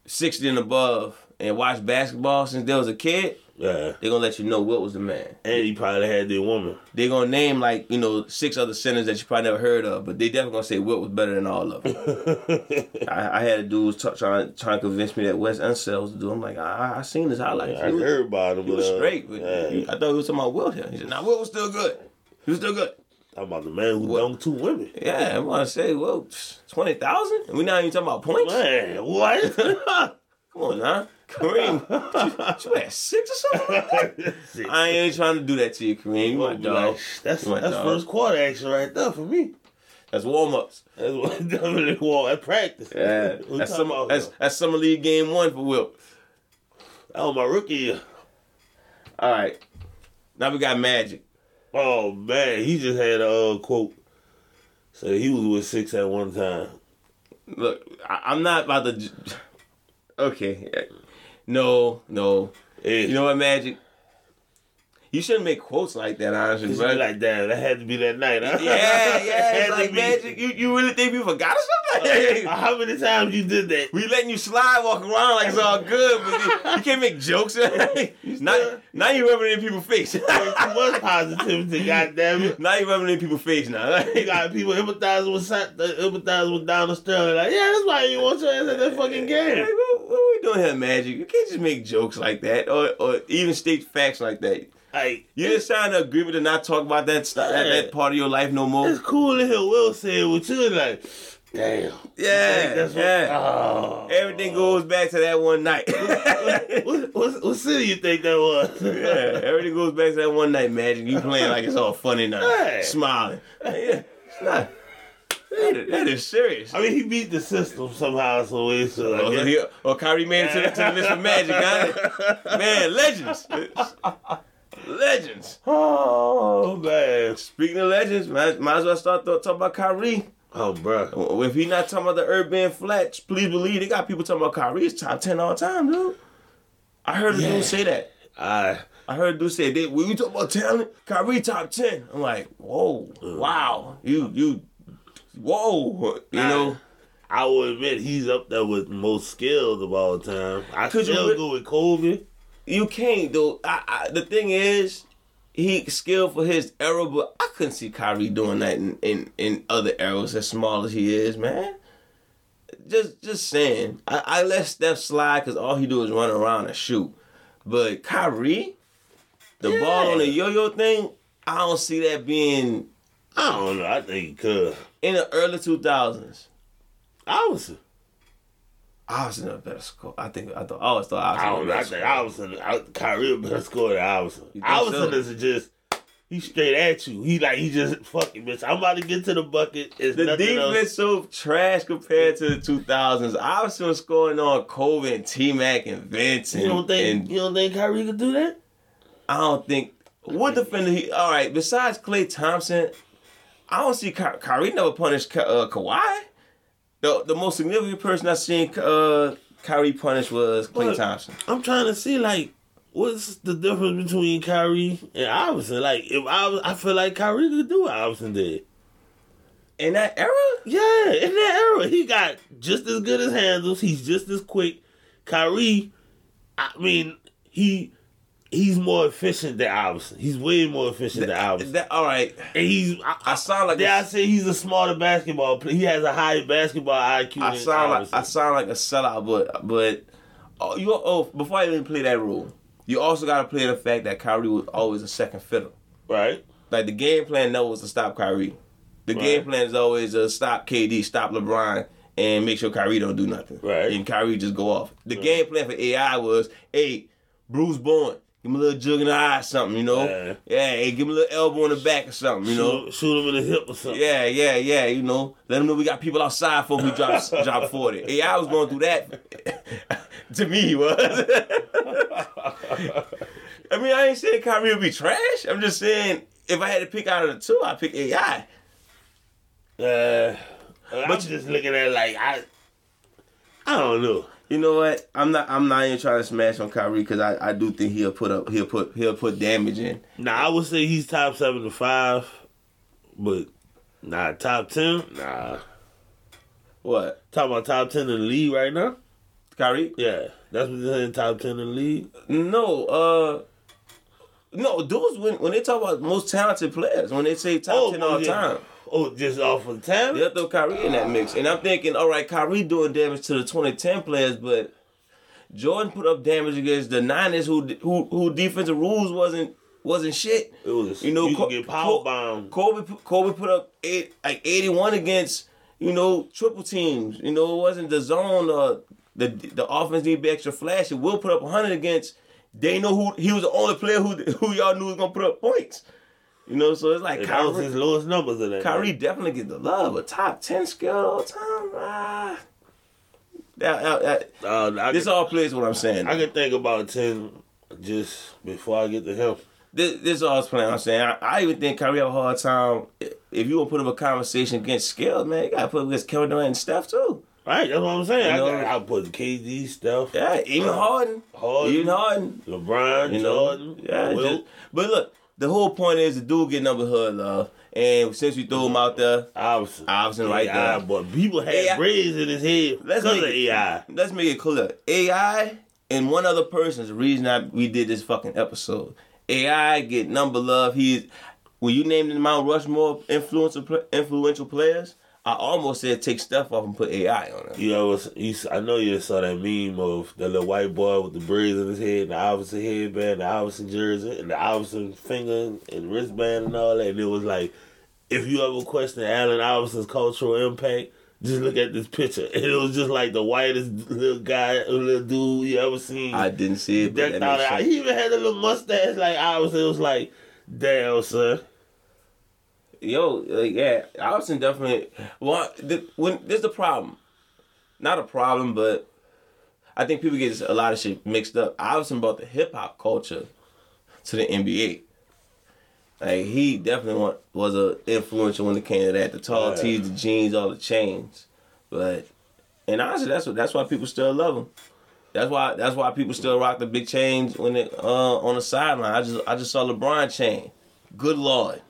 A: 60 and above and watched basketball since they was a kid,
B: yeah.
A: they're gonna let you know Wilt was the man.
B: And he probably had their woman. [LAUGHS]
A: They're gonna name like, you know, six other centers that you probably never heard of, but they definitely gonna say Wilt was better than all of
B: [LAUGHS]
A: them. I, I had a dude was t- trying trying to convince me that Wes Unseld was the dude. I'm like, I, I seen his highlights.
B: I
A: He was,
B: heard about him.
A: he was
B: but, uh,
A: straight, but
B: yeah.
A: I thought he was talking about Wilt here. He said, nah, Wilt was still good. He was still good.
B: Talking about the man who
A: What?
B: dunked two women.
A: Yeah, I'm gonna say, well, 20,000? And we not even talking about points? [LAUGHS]
B: Man, what? [LAUGHS]
A: Come on, now. Kareem, you, you had six or something? like that?
B: [LAUGHS] Shit.
A: I ain't trying to do that to you, Kareem. You my
B: Be like,
A: dog.
B: that's
A: You my
B: that's
A: dog.
B: first quarter action right there for me.
A: That's warm ups.
B: That's what [LAUGHS] definitely wall at practice. [LAUGHS] We
A: that's
B: talking
A: summer.
B: about,
A: That's,
B: though?
A: that's summer league game one for Will.
B: that was my rookie year.
A: All right. Now we got Magic.
B: Oh man, he just had a uh, quote. So he was with six at one time.
A: Look, I, I'm not about to. j- Okay. No, no.
B: Yeah.
A: You know what, Magic? You shouldn't make quotes like that, honestly,
B: It's
A: bro.
B: be like, [LAUGHS] damn, that had to be that night. huh? [LAUGHS]
A: yeah, yeah.
B: Had
A: It's
B: to
A: like,
B: be. Oh,
A: Magic, you, you really think you forgot or something?
B: [LAUGHS] How many times you did
A: [LAUGHS]
B: that?
A: We letting you slide, walk around like it's all good, but you, you can't make jokes. [LAUGHS] now, now you rubbing it in people's face. [LAUGHS]
B: Too much positivity, goddamn it.
A: now you rubbing it in people's face now.
B: You got people empathizing with Sa- empathizing with Donald Sterling. Like, yeah, that's why you want your ass at that fucking
A: Like,
B: game.
A: what, what we doing here, Magic? You can't just make jokes like that, or or even state facts like that.
B: Like,
A: You just signed an agreement to not talk about that st- that, that part of your life no
B: It's
A: more.
B: cool to hear Will say it with you. Like, damn.
A: Yeah,
B: Like, that's what-
A: yeah.
B: Oh.
A: Everything goes back to that one night. [LAUGHS] yeah,
B: [LAUGHS] What, what, what city you think
A: [LAUGHS]
B: that was?
A: everything goes back to that one night, Magic. You playing like it's all funny now,
B: Hey. [LAUGHS]
A: smiling. Yeah, it's not. That is, that is serious.
B: I mean, he beat the system somehow, some way. So I
A: Or,
B: guess-
A: Oh, he, or Kyrie made it to the, to the list of Magic,
B: [LAUGHS]
A: huh? Man, legends. legends.
B: Oh man.
A: Speaking of legends, might, might as well start th- talking about Kyrie.
B: Oh, bro.
A: If he not talking about the urban flats, please believe they got people talking about Kyrie's top ten all time, dude. I heard a
B: Yeah.
A: dude say that.
B: I
A: I heard a dude say that when you talk about talent, Kyrie top ten. I'm like, whoa, wow, you you, whoa, you
B: Nah.
A: know.
B: I will admit he's up there with most skilled of all time. I
A: Could
B: could
A: you
B: still
A: re-
B: go with Kobe.
A: You can't though. I, I, the thing is, he skilled for his era, but I couldn't see Kyrie doing that in, in, in other eras as small as he is, man. Just just saying, I, I let Steph slide because all he do is run around and shoot. But Kyrie, The ball on the yo-yo thing, I don't see that being
B: I don't know. I think he could.
A: in the early two thousands.
B: Iverson.
A: Austin a better score. I think I thought I always thought Austin.
B: I don't know. I
A: was
B: think Iverson. I- Kyrie a better score than Iverson.
A: You think
B: Iverson
A: so?
B: is just he straight at you. He like he just fuck it, bitch. I'm about to get to the bucket. It's
A: the
B: nothing else.
A: defense so trash compared to the two thousands. Austin was scoring on Kobe and T Mac and Vince. And,
B: You don't think
A: and
B: you don't think Kyrie could do that?
A: I don't think what defender he. All right, besides Clay Thompson, I don't see Ky- Kyrie never punished Ka- uh, Kawhi. The the most significant person I seen uh, Kyrie punish was Clay
B: Look.
A: Thompson.
B: I'm trying to see like what's the difference between Kyrie and Iverson. Like if I I feel like Kyrie could do what Iverson did.
A: In that era,
B: Yeah, in that era, he got just as good as handles. He's just as quick. Kyrie, I mean, he he's more efficient than Iverson. He's way more efficient than Iverson.
A: that, all right,
B: and he's I,
A: I sound like a-
B: yeah, I say he's a smarter basketball player. He has a higher basketball IQ.
A: I
B: than
A: sound like
B: Iverson.
A: I sound like a sellout, but but oh, you oh before I even play that rule, you also got to play the fact that Kyrie was always a second fiddle.
B: right.
A: Like the game plan never was to stop Kyrie. The
B: Right.
A: game plan is always to stop KD, stop LeBron, and make sure Kyrie don't do nothing.
B: Right.
A: And Kyrie just go off. The game plan for AI was, hey, Bruce Bowen, give him a little jug in the eye or something, you know?
B: Yeah.
A: Yeah, hey, give him a little elbow in the back or something, you
B: You
A: know?
B: know, shoot him in the hip or something.
A: Yeah, yeah, yeah. You know, let them know we got people outside before we drop drop forty. Hey, I was going through that. [LAUGHS] to me, he was. [LAUGHS]
B: [LAUGHS]
A: I mean, I ain't saying Kyrie would be trash. I'm just saying if I had to pick out of the two, I pick AI.
B: Uh, I'm just looking at it like I, I don't know.
A: You know what? I'm not. I'm not even trying to smash on Kyrie because I, I do think he'll put up. He'll put. He'll put damage in.
B: Nah, I would say he's top seven to five, but nah, top ten. Nah,
A: What?
B: talking about top ten in the league right now.
A: Kyrie?
B: Yeah, that's what they're saying. Top ten in the league.
A: No. Uh. No, dudes. When when they talk about most talented players, when they say top ten all
B: Oh, yeah.
A: time.
B: Oh, just off of time.
A: They'll throw Kyrie in that mix. And I'm thinking, all right, Kyrie doing damage to the 2010 players, but Jordan put up damage against the Niners who who who defensive rules wasn't wasn't shit.
B: It was
A: You know,
B: you
A: Co-
B: could get power
A: Co-
B: bomb.
A: Kobe pu- Kobe put up eight, like 81 against, you know, triple teams. You know, it wasn't the zone or the the offense need to be extra flashy. Will put up 100 against they know who he was the only player who who y'all knew was gonna put up points. You know, so it's like
B: And that was his lowest numbers in that.
A: Kyrie definitely get the love, but top ten skill all time. Ah, that, that, that-
B: Uh, I,
A: this
B: can,
A: all plays what I'm saying.
B: I can think about ten just before I get to him.
A: This, this all is playing. What I'm saying. I, I even think Kyrie have a hard time. i- If you want to put up a conversation against skill, man, you gotta put up against Kevin Durant and Steph too.
B: Right, that's what I'm saying. I,
A: You know-
B: got, I put KD stuff.
A: Yeah, even Harden,
B: Harden.
A: even Harden.
B: LeBron,
A: You know,
B: Jordan,
A: yeah.
B: Wilt.
A: just- but look, the whole point is the dude getting number hood love, and since we threw him out there,
B: Obviously.
A: Obviously, right
B: AI,
A: there.
B: But people had
A: AI.
B: braids in his head
A: Let's
B: because
A: make
B: of
A: it-
B: AI.
A: Let's make it clear. AI and one other person is the reason I, we did this fucking episode. AI get number love. He's when you named the Mount Rushmore influential pl- influential players. I almost said take stuff off and put AI on it.
B: You know, you, s- I know you saw that meme of the little white boy with the braids in his head, and the Iverson headband, the Iverson jersey, and the Iverson finger and wristband and all that. And it was like, if you ever question Allen Iverson's cultural impact, just look at this picture. [LAUGHS] And it was just like the whitest little guy, little dude you ever seen.
A: I didn't see it, but
B: Decked
A: that
B: out.
A: makes sense.
B: He even had a little mustache like Iverson. It was like, damn, son.
A: Yo, uh, yeah, Austin definitely. Well, th- when there's the problem, not a problem, but I think people get a lot of shit mixed up. Austin brought the hip hop culture to the NBA. Like he definitely wa- was a influential when it came to that. The tall
B: Yeah.
A: tees, the jeans, all the chains. But and honestly, that's what that's why people still love him. That's why that's why people still rock the big chains when it uh on the sideline. I just I just saw LeBron chain. Good
B: [LAUGHS]
A: lord.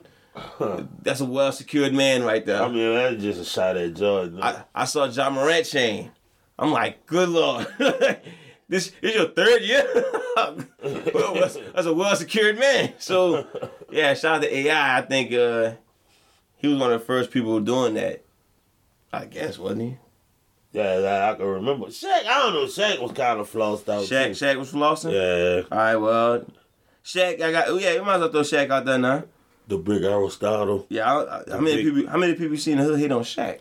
A: That's a well secured man right there.
B: I mean, that's just a shot at Jordan.
A: I, I saw John Morant chain. I'm like, good lord. [LAUGHS] this is your third year? [LAUGHS] Well, that's, that's a well secured man. So, yeah, shout out to AI. I think uh, he was one of the first people doing that. I guess, wasn't he?
B: yeah, that I can remember. Shaq, I don't know. Shaq was kind of flossed out.
A: Shaq,
B: too.
A: Shaq was flossing?
B: Yeah.
A: All right, well, Shaq, I got. oh, Yeah, you might as well throw Shaq out there now.
B: The big Aristotle.
A: Yeah, I, I, how many
B: big-
A: people? How many people you seen the hood hit on Shaq?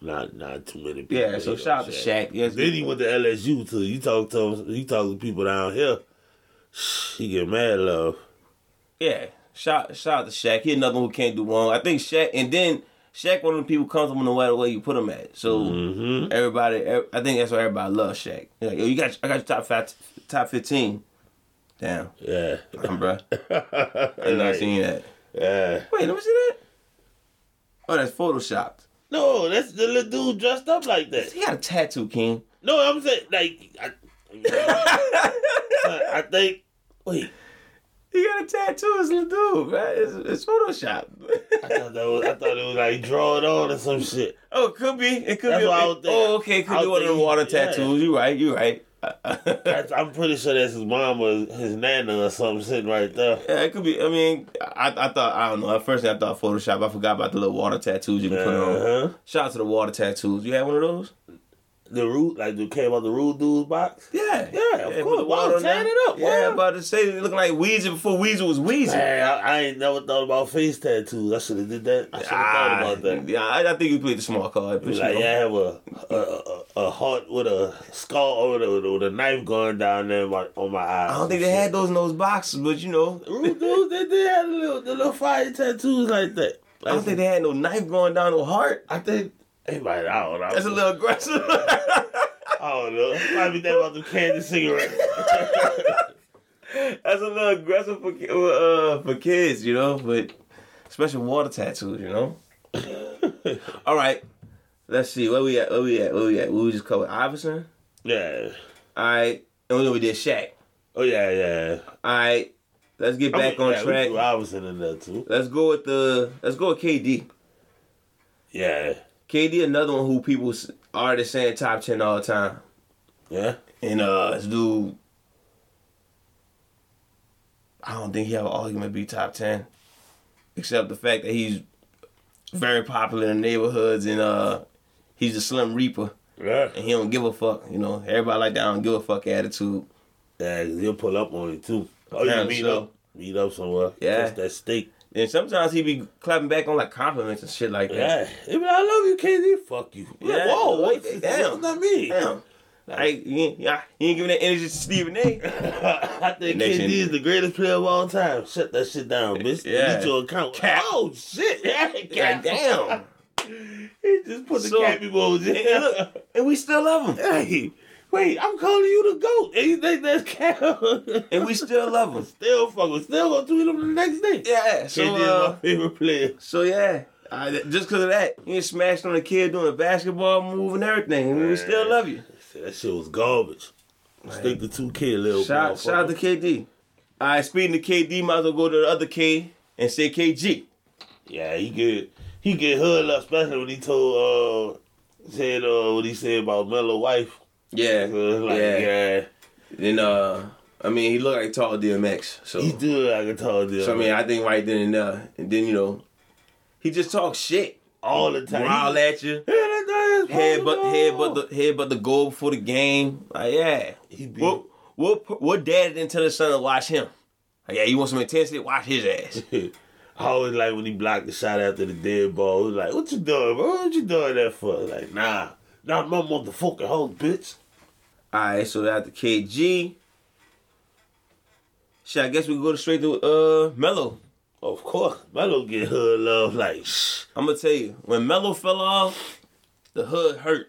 B: Not not too many people.
A: Yeah,
B: hate
A: so
B: on
A: shout out to Shaq. Yes,
B: Then he went to LSU too. You talk to him, you talk to people down here. He get mad love.
A: Yeah, shout shout out to Shaq. He another one who can't do wrong. I think Shaq, and then Shaq, one of the people comfortable no matter where you put him at. So
B: Mm-hmm.
A: everybody, ev- I think that's why everybody loves Shaq. They're Like, yo, you got, I got your top five, top fifteen. Damn,
B: Yeah.
A: damn, bro, I did not
B: Like,
A: seen that.
B: [LAUGHS] yeah.
A: Wait, let me see that. Oh, that's photoshopped.
B: No, that's the little dude dressed up like that.
A: He got a tattoo,
B: [LAUGHS]
A: King. [LAUGHS]
B: No, I'm saying like I, [LAUGHS] I think wait,
A: He got a tattoo, this little dude, man. It's, it's
B: I
A: photoshopped.
B: thought that was I thought it was like draw it on or some shit.
A: [LAUGHS] oh, it could be. It could
B: That's
A: be.
B: what I would think.
A: Oh, okay, it could
B: I
A: be
B: would
A: one of the
B: think he-
A: water
B: yeah.
A: tattoos. You right. You right. [LAUGHS]
B: That's, I'm pretty sure that's his mom or his nana or something sitting right there.
A: Yeah, it could be. I mean, I, I thought I don't know. At first, I thought Photoshop. I forgot about the little water tattoos you can put on.
B: Uh-huh.
A: Shout out to the water tattoos. You had one of those?
B: The root like the came out the rude dude's box.
A: Yeah,
B: Yeah, of
A: put
B: course.
A: the water
B: Wow,
A: on there.
B: tan it up.
A: Yeah,
B: Wow.
A: about to say it looking like Weezy before Weezy was Weezy.
B: Hey, I, I ain't never thought about face tattoos. I should have did that. I should have
A: Ah,
B: thought about that.
A: Yeah, I, I think you played the smart card.
B: It
A: but
B: was
A: you
B: like,
A: know.
B: yeah, I have a, a a- a heart with a skull with a, with a knife going down there my, on my eyes.
A: I don't think they had those in those boxes, but you know,
B: Rude dudes, they did have the little, the little fire tattoos like that.
A: I don't think they had no knife going down no heart.
B: I think. They might, I don't know.
A: That's a little aggressive. [LAUGHS]
B: I don't know. Probably that about the candy cigarette.
A: That's a little aggressive for ki- uh, for kids, you know. But especially water tattoos, you know. [LAUGHS]
B: [LAUGHS]
A: All right, let's see where we at. Where we at? Where we at? We just covered Iverson.
B: yeah.
A: All right, and then we did Shaq.
B: Oh yeah, yeah.
A: All right, let's get back
B: I mean,
A: on
B: yeah, we
A: track.
B: threw Robinson in there too.
A: Let's go with the. Let's go with KD.
B: Yeah.
A: KD, another one who people s- already saying top ten all the time.
B: Yeah.
A: And uh, this dude, I don't think he have an argument to be top ten, except the fact that he's very popular in the neighborhoods and uh, he's a Slim Reaper
B: Yeah.
A: and he don't give a fuck. You know, everybody like that don't give a fuck attitude.
B: Yeah, 'cause he'll pull up on you too. Oh, you
A: Apparently
B: meet
A: so.
B: up, meet up somewhere.
A: Yeah.
B: Catch that steak.
A: And sometimes he be clapping back on like compliments and shit like that.
B: Yeah, He be like, I love you, KD. Fuck you. I'm like,
A: Yeah,
B: whoa,
A: like, damn.
B: what? That's not me.
A: Damn. Like, you ain't, yeah, you ain't giving that energy to Stephen A.
B: [LAUGHS] I think
A: Next
B: KD is the greatest player of all time. Shut that shit down, bitch.
A: Yeah.
B: Delete your account.
A: Cap.
B: Oh shit! [LAUGHS] [LAUGHS] Yeah,
A: Like,
B: cap.
A: damn.
B: He just put the
A: So-
B: cap emoji.
A: And, and look, and we still love him.
B: hey, wait, I'm calling you the goat. And you think that's cap?
A: And we still love him.
B: still fucking still gonna tweet him the next day.
A: Yeah. So,
B: KD
A: uh,
B: is my favorite player.
A: So yeah, I, just because of that, you ain't smashed on a kid doing a basketball move and everything. and We still love you.
B: That shit was garbage. Stick the two K little
A: Shout, shout out to KD. All right, speaking to KD, might as well go to the other K and say KG.
B: Yeah, he get he get hood up, especially when he told uh said uh what he said about Melo wife.
A: Yeah,
B: Uh, Like,
A: yeah.
B: yeah.
A: Then uh, I mean, he looked like tall DMX. So,
B: he do look like a tall dude.
A: so I mean, I think right then and there, and then you know, he just talks shit,
B: all the time.
A: growl at you,
B: yeah, that guy is
A: head but
B: popular.
A: head but the head but the goal before the game. Like yeah,
B: He be,
A: What what what dad didn't tell his son to watch him? Like, yeah, you want some intensity? Watch his ass.
B: I always like when he blocked the shot after the dead ball. He was like, "What you doing, bro? What you doing that for?" Like, nah, not my motherfucking hoe, bitch.
A: [LAUGHS] All right, so after KG, shit, I guess we go straight to uh Mello.
B: Of course, Melo get hood love like shh,
A: I'm gonna tell you, when Mello fell off, the hood hurt.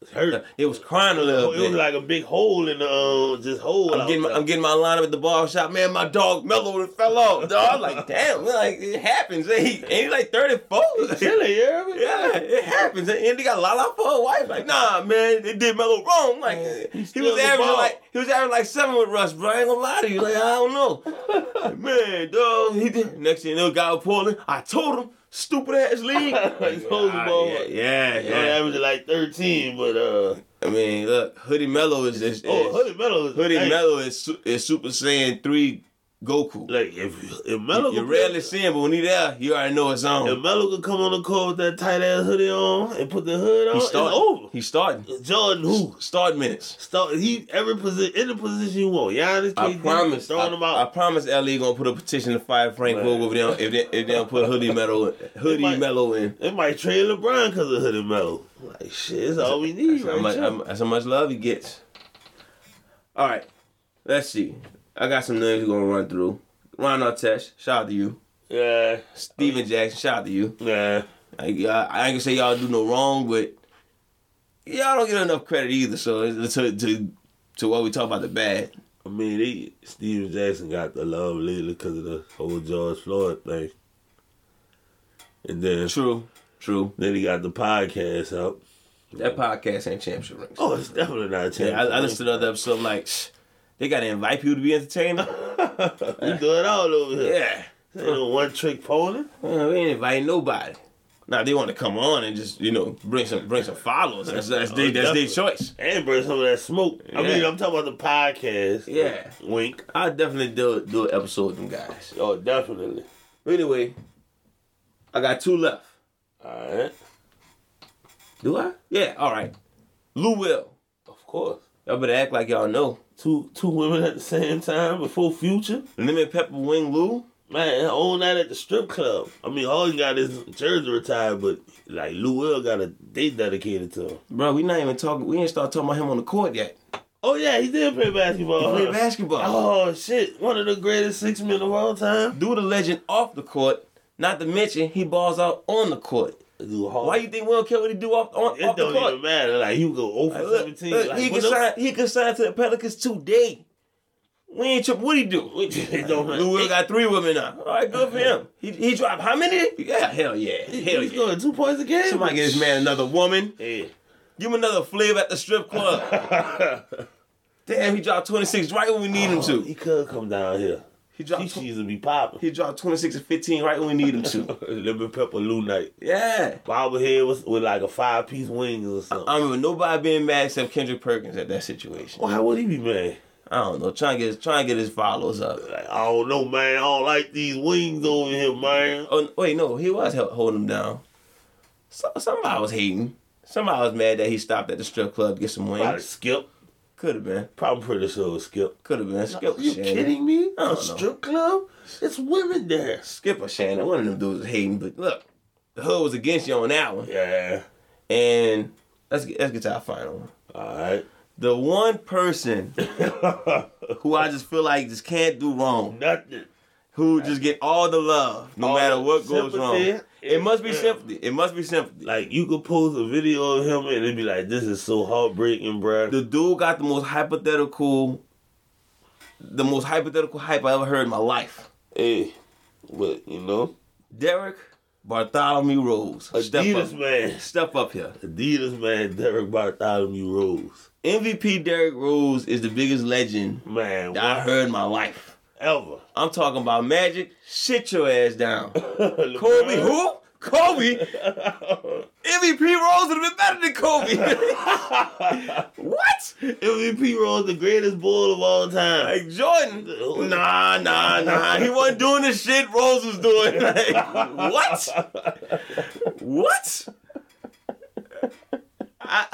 B: it's hurt.
A: It was crying a little
B: it was
A: bit.
B: like a big hole in the um, just hole.
A: I'm
B: out
A: getting, my,
B: there. [LAUGHS]
A: I'm getting my lineup at the bar shop. Man, my dog Mello done fell off. Dog, I'm [LAUGHS] like, damn, we're like it happens. Ain't he, ain't he like 34? [LAUGHS]
B: Chilling, you hear me?
A: Yeah, it happens. And he got Lala for a wife. Like, nah, man, they did Mello wrong. Like, Oh, he
B: still
A: was
B: the
A: averaging
B: ball.
A: like he was averaging like seven with Russ, bro. I ain't gonna lie to you. Like, I don't [LAUGHS] know, man, dog. He did. Next thing you know, guy with Portland. I told him, stupid ass league. [LAUGHS]
B: Like, told you,
A: Ah,
B: boy.
A: yeah, yeah,
B: Yeah, I
A: yeah.
B: averaged like thirteen, but uh,
A: I mean, look, Hoodie Mello is, is, is
B: oh, Hoodie Metal,
A: Hoodie Mello is su- is Super Saiyan three Goku.
B: Like if if Melo
A: you
B: could-
A: rarely see him, but when he there, you already know it's
B: if
A: on.
B: Melo could come on the court with that tight ass hoodie on and put the hood on,
A: He
B: it's over.
A: starting. He starting.
B: Jordan who
A: Start minutes.
B: start he every position in the position you want. Giannis,
A: I
B: KD,
A: promise. I,
B: throwing them out.
A: I promise. LA gonna put a petition to fire Frank
B: Man.
A: Vogel if they don't, if they, if they don't put hoodie metal hoodie
B: might-
A: mellow in.
B: They might trade LeBron because of Hoodie Melo. Like shit, that's all we need
A: That's how,
B: right
A: much,
B: now.
A: how- that's how much love he gets. All right, let's see. I got some names we're gonna run through. Ron Artest, shout out to you.
B: Yeah,
A: Steven Jackson, shout out to you.
B: yeah.
A: I, I, I ain't gonna say y'all do no wrong, but y'all don't get enough credit either. So it's- to to to what we talk about the bad.
B: I mean, they, Steven Jackson got the love lately because of the whole George Floyd thing, and then
A: True, true.
B: then he got the podcast out.
A: That podcast ain't championship rings.
B: Oh, it's definitely not a chance.
A: Yeah, I, I listened to another episode. I'm like, "Shh, they gotta invite people to be entertained. [LAUGHS]
B: we do it all over here.
A: uh, yeah,
B: Ain't no one trick pony.
A: Uh, we ain't inviting nobody. Now if they want to come on and just you know bring some bring some followers. That's that's they, that's their choice.
B: And bring some of that smoke. I
A: Yeah.
B: mean, I'm talking about the podcast.
A: Yeah.
B: Wink.
A: I'll definitely do do an episode with them guys.
B: Oh, definitely.
A: But anyway, I got two left.
B: All right.
A: Do I? Yeah. All right. Lou Will.
B: Of course.
A: Y'all better act like y'all know.
B: Two two women at the same time before Future.
A: Lemon Pepper Wing Lou.
B: Man, own that at the strip club. I mean, Harden got his jersey retired, but like Lou Will got a they dedicated to him.
A: Bro, we not even talking. We ain't start talking about him on the court yet.
B: Oh yeah, he did play basketball.
A: Play
B: huh?
A: basketball.
B: Oh shit, one of the greatest six men of all time.
A: Do the legend off the court. Not to mention he balls out on the court. Why you think we don't care what he do off on
B: It
A: off the
B: don't
A: court?
B: even matter. Like he would go 0 for
A: Like, look,
B: 17.
A: look,
B: like,
A: he
B: what
A: could
B: the-
A: sign. He could sign to the Pelicans today. We ain't tripping. What he do? [LAUGHS]
B: it don't matter.
A: Lou Will got three women now. All right, good for him. He, he dropped how many? Yeah, hell yeah,
B: He-
A: hell
B: he's
A: yeah.
B: going two points a game.
A: Somebody get this man another woman.
B: Yeah.
A: Give him another flavor at the strip club. [LAUGHS] Damn, he dropped twenty six right when we need him
B: Oh,
A: to.
B: he could come down here.
A: He
B: He
A: dropped tw-
B: should be popping.
A: he dropped twenty six and fifteen right when we need him [LAUGHS] to.
B: Lemon pepper Lou Knight.
A: Yeah,
B: Bobblehead was with like a five piece wings or something.
A: I remember nobody being mad except Kendrick Perkins at that situation.
B: Why would he be mad?
A: I don't know. Trying to get trying to get his followers up.
B: Like, I don't know, man. I don't like these wings over here, man.
A: Oh wait, no, he was hel- holding him down. So, somebody was hating. Somebody was mad that he stopped at the strip club to get some
B: Probably
A: wings.
B: Skip.
A: Could have been.
B: Probably pretty sure it was Skip.
A: Could have been. Skip
B: Are you
A: Shannon.
B: kidding me?
A: I
B: A
A: don't know.
B: strip club? It's women there.
A: Skipper Shannon. One of them dudes was hating, but look, the hood was against you on that one.
B: Yeah.
A: And let's get let's get to our final one.
B: All right. [LAUGHS]
A: The one person who I just feel like just can't do wrong,
B: Nothing.
A: who just get all the love, no
B: All
A: matter
B: the
A: what goes wrong.
B: sympathy
A: It must be
B: is-
A: sympathy. It must be sympathy.
B: Like you could post a video of him and it'd be like, "This is so heartbreaking, bro."
A: the dude got the most hypothetical, the most hypothetical hype I ever heard in my life.
B: Hey, but you know,
A: Derek Bartholomew Rose. Step
B: Adidas
A: up.
B: man,
A: Step up here.
B: Adidas man, Derek Bartholomew Rose,
A: MVP Derek Rose is the biggest legend
B: man,
A: that I heard in my life.
B: [LAUGHS] ever.
A: I'm talking about Magic. Sit your ass down. Kobe
B: Kobe
A: who? Kobe?
B: [LAUGHS]
A: MVP Rose would have been better than Kobe. [LAUGHS] what?
B: MVP Rose, the greatest bull of all time.
A: Like Jordan? Nah, nah, nah. He wasn't doing the shit Rose was doing. [LAUGHS] Like, what? What? I,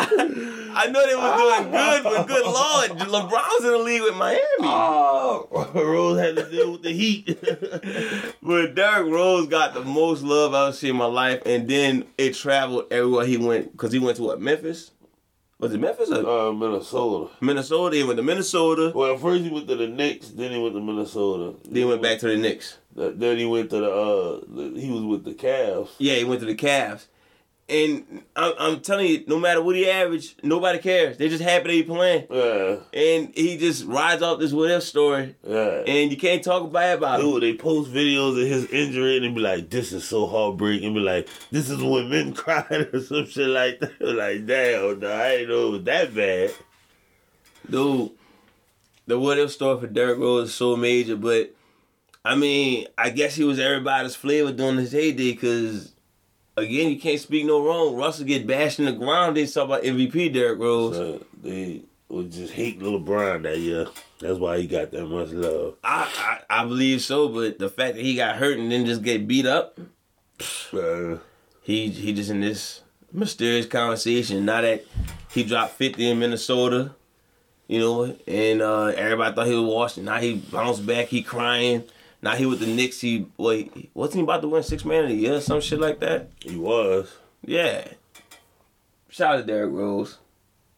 A: I know they was doing good, but good lord, LeBron's in the league with Miami.
B: Oh, [LAUGHS] Rose had to deal with the heat. [LAUGHS]
A: But Derrick Rose got the most love I've seen in my life, and then it traveled everywhere he went because he went to what Memphis? Was it Memphis or
B: uh, Minnesota.
A: Minnesota? He went to Minnesota,
B: Well, first he went to the Knicks, then he went to Minnesota.
A: then he went back to the Knicks.
B: Then he went to the. Uh, the he was with the Cavs.
A: Yeah, he went to the Cavs. And I'm, I'm telling you, no matter what he averaged, nobody cares. They're just happy that he playing.
B: Yeah,
A: And he just rides off this what if story.
B: yeah.
A: And you can't talk bad about him.
B: Dude, they post videos of his injury and they be like, "This is so heartbreaking." And be like, "This is when men [LAUGHS] cried or some shit like that." [LAUGHS] Like, damn, nah, I didn't know it was that bad.
A: Dude, the what if story for Derrick Rose is so major. But, I mean, I guess he was everybody's flavor during his heyday because, again, you can't speak no wrong. Russell get bashed in the ground. They talk about MVP Derrick Rose.
B: So, they was just hating LeBron that year. That's why he got that much love.
A: I, I I believe so, but the fact that he got hurt and then just get beat up,
B: Uh,
A: he he just in this mysterious conversation. Now that he dropped fifty in Minnesota, you know, and uh, everybody thought he was washed. Now he bounced back. He crying. Now he with the Knicks. He wait, wasn't he about to win six man of the year, or some shit like that?
B: he was. [LAUGHS]
A: Yeah. Shout out to Derrick Rose.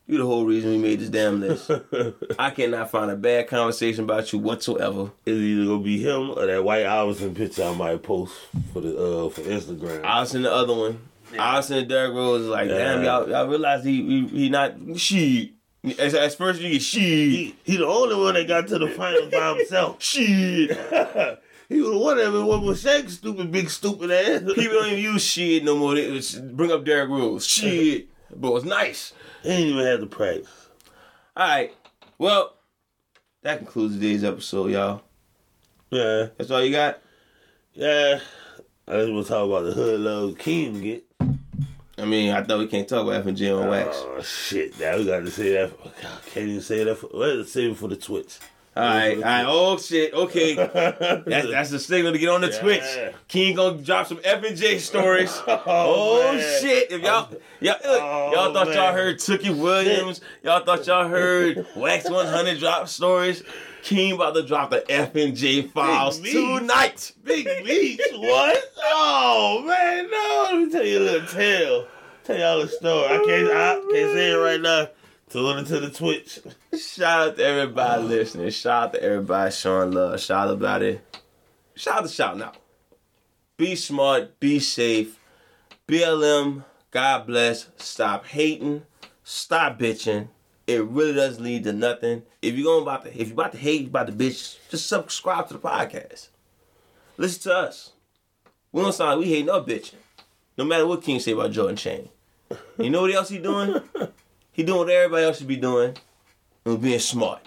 A: You the whole reason we made this damn
B: [LAUGHS]
A: list.
B: it's
A: I cannot find a bad conversation about you whatsoever.
B: either gonna be him or that White Iverson picture I might post for the uh for Instagram.
A: I was in the other one. I was in the Derrick Rose. Like damn,
B: Yeah.
A: y'all, y'all realize he, he he not she. As, as first you get she.
B: he, he the only one that got to the finals by himself. [LAUGHS]
A: Shit.
B: he was the one that everyone was saying stupid, big, stupid ass. [LAUGHS]
A: People don't even use shit no more. They just bring up Derrick Rose. Shit. Bro, it's nice.
B: He didn't even have to practice.
A: All right. Well, that concludes today's episode, y'all.
B: Yeah,
A: That's all you got?
B: yeah. I just want to talk about the hood love Keem get.
A: I mean, I thought we can't talk about FNJ on wax.
B: Oh shit! Now we got to say that. For, God, can't even say that. For, let's save it for the [LAUGHS] Twitch.
A: All right. All right. Oh, shit. Okay.
B: [LAUGHS] that's,
A: That's, that's the signal to get on the
B: Yeah.
A: Twitch. King gonna drop some F and J
B: [LAUGHS]
A: stories.
B: Oh,
A: Oh,
B: man.
A: shit! If y'all y'all, look,
B: Oh,
A: y'all thought y'all
B: man.
A: heard Tookie Williams, y'all thought y'all heard Wax One Hundred drop stories. King about to drop the F and J files
B: me.
A: tonight.
B: Big Meech, what? Oh man, no! Let me tell you a little tale. Tell y'all a story. I can't, I can't say it right now. Tune into the Twitch.
A: Shout out to everybody listening. Shout out to everybody showing love. Shout out about it. Shout out to shout out. Be smart. Be safe. BLM. God bless. Stop hating. Stop bitching. It really doesn't lead to nothing. If you're going about to, if you're about to hate, you about to bitch. Just subscribe to the podcast. Listen to us. We don't sound like we hating or bitching. No matter what King say about Jordan Chain. You know what else he doing? He doing what everybody else should be doing and being smart.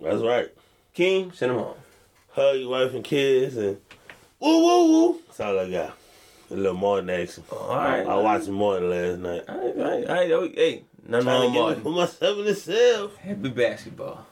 B: That's right.
A: King, send him home.
B: Hug your wife and kids and woo woo woo. That's all I got. A little Martin action.
A: All right.
B: I watched Martin last night.
A: All right, all right, all right. Hey, nothing
B: Trying
A: wrong,
B: to get it
A: Martin.
B: for myself and self.
A: Happy basketball.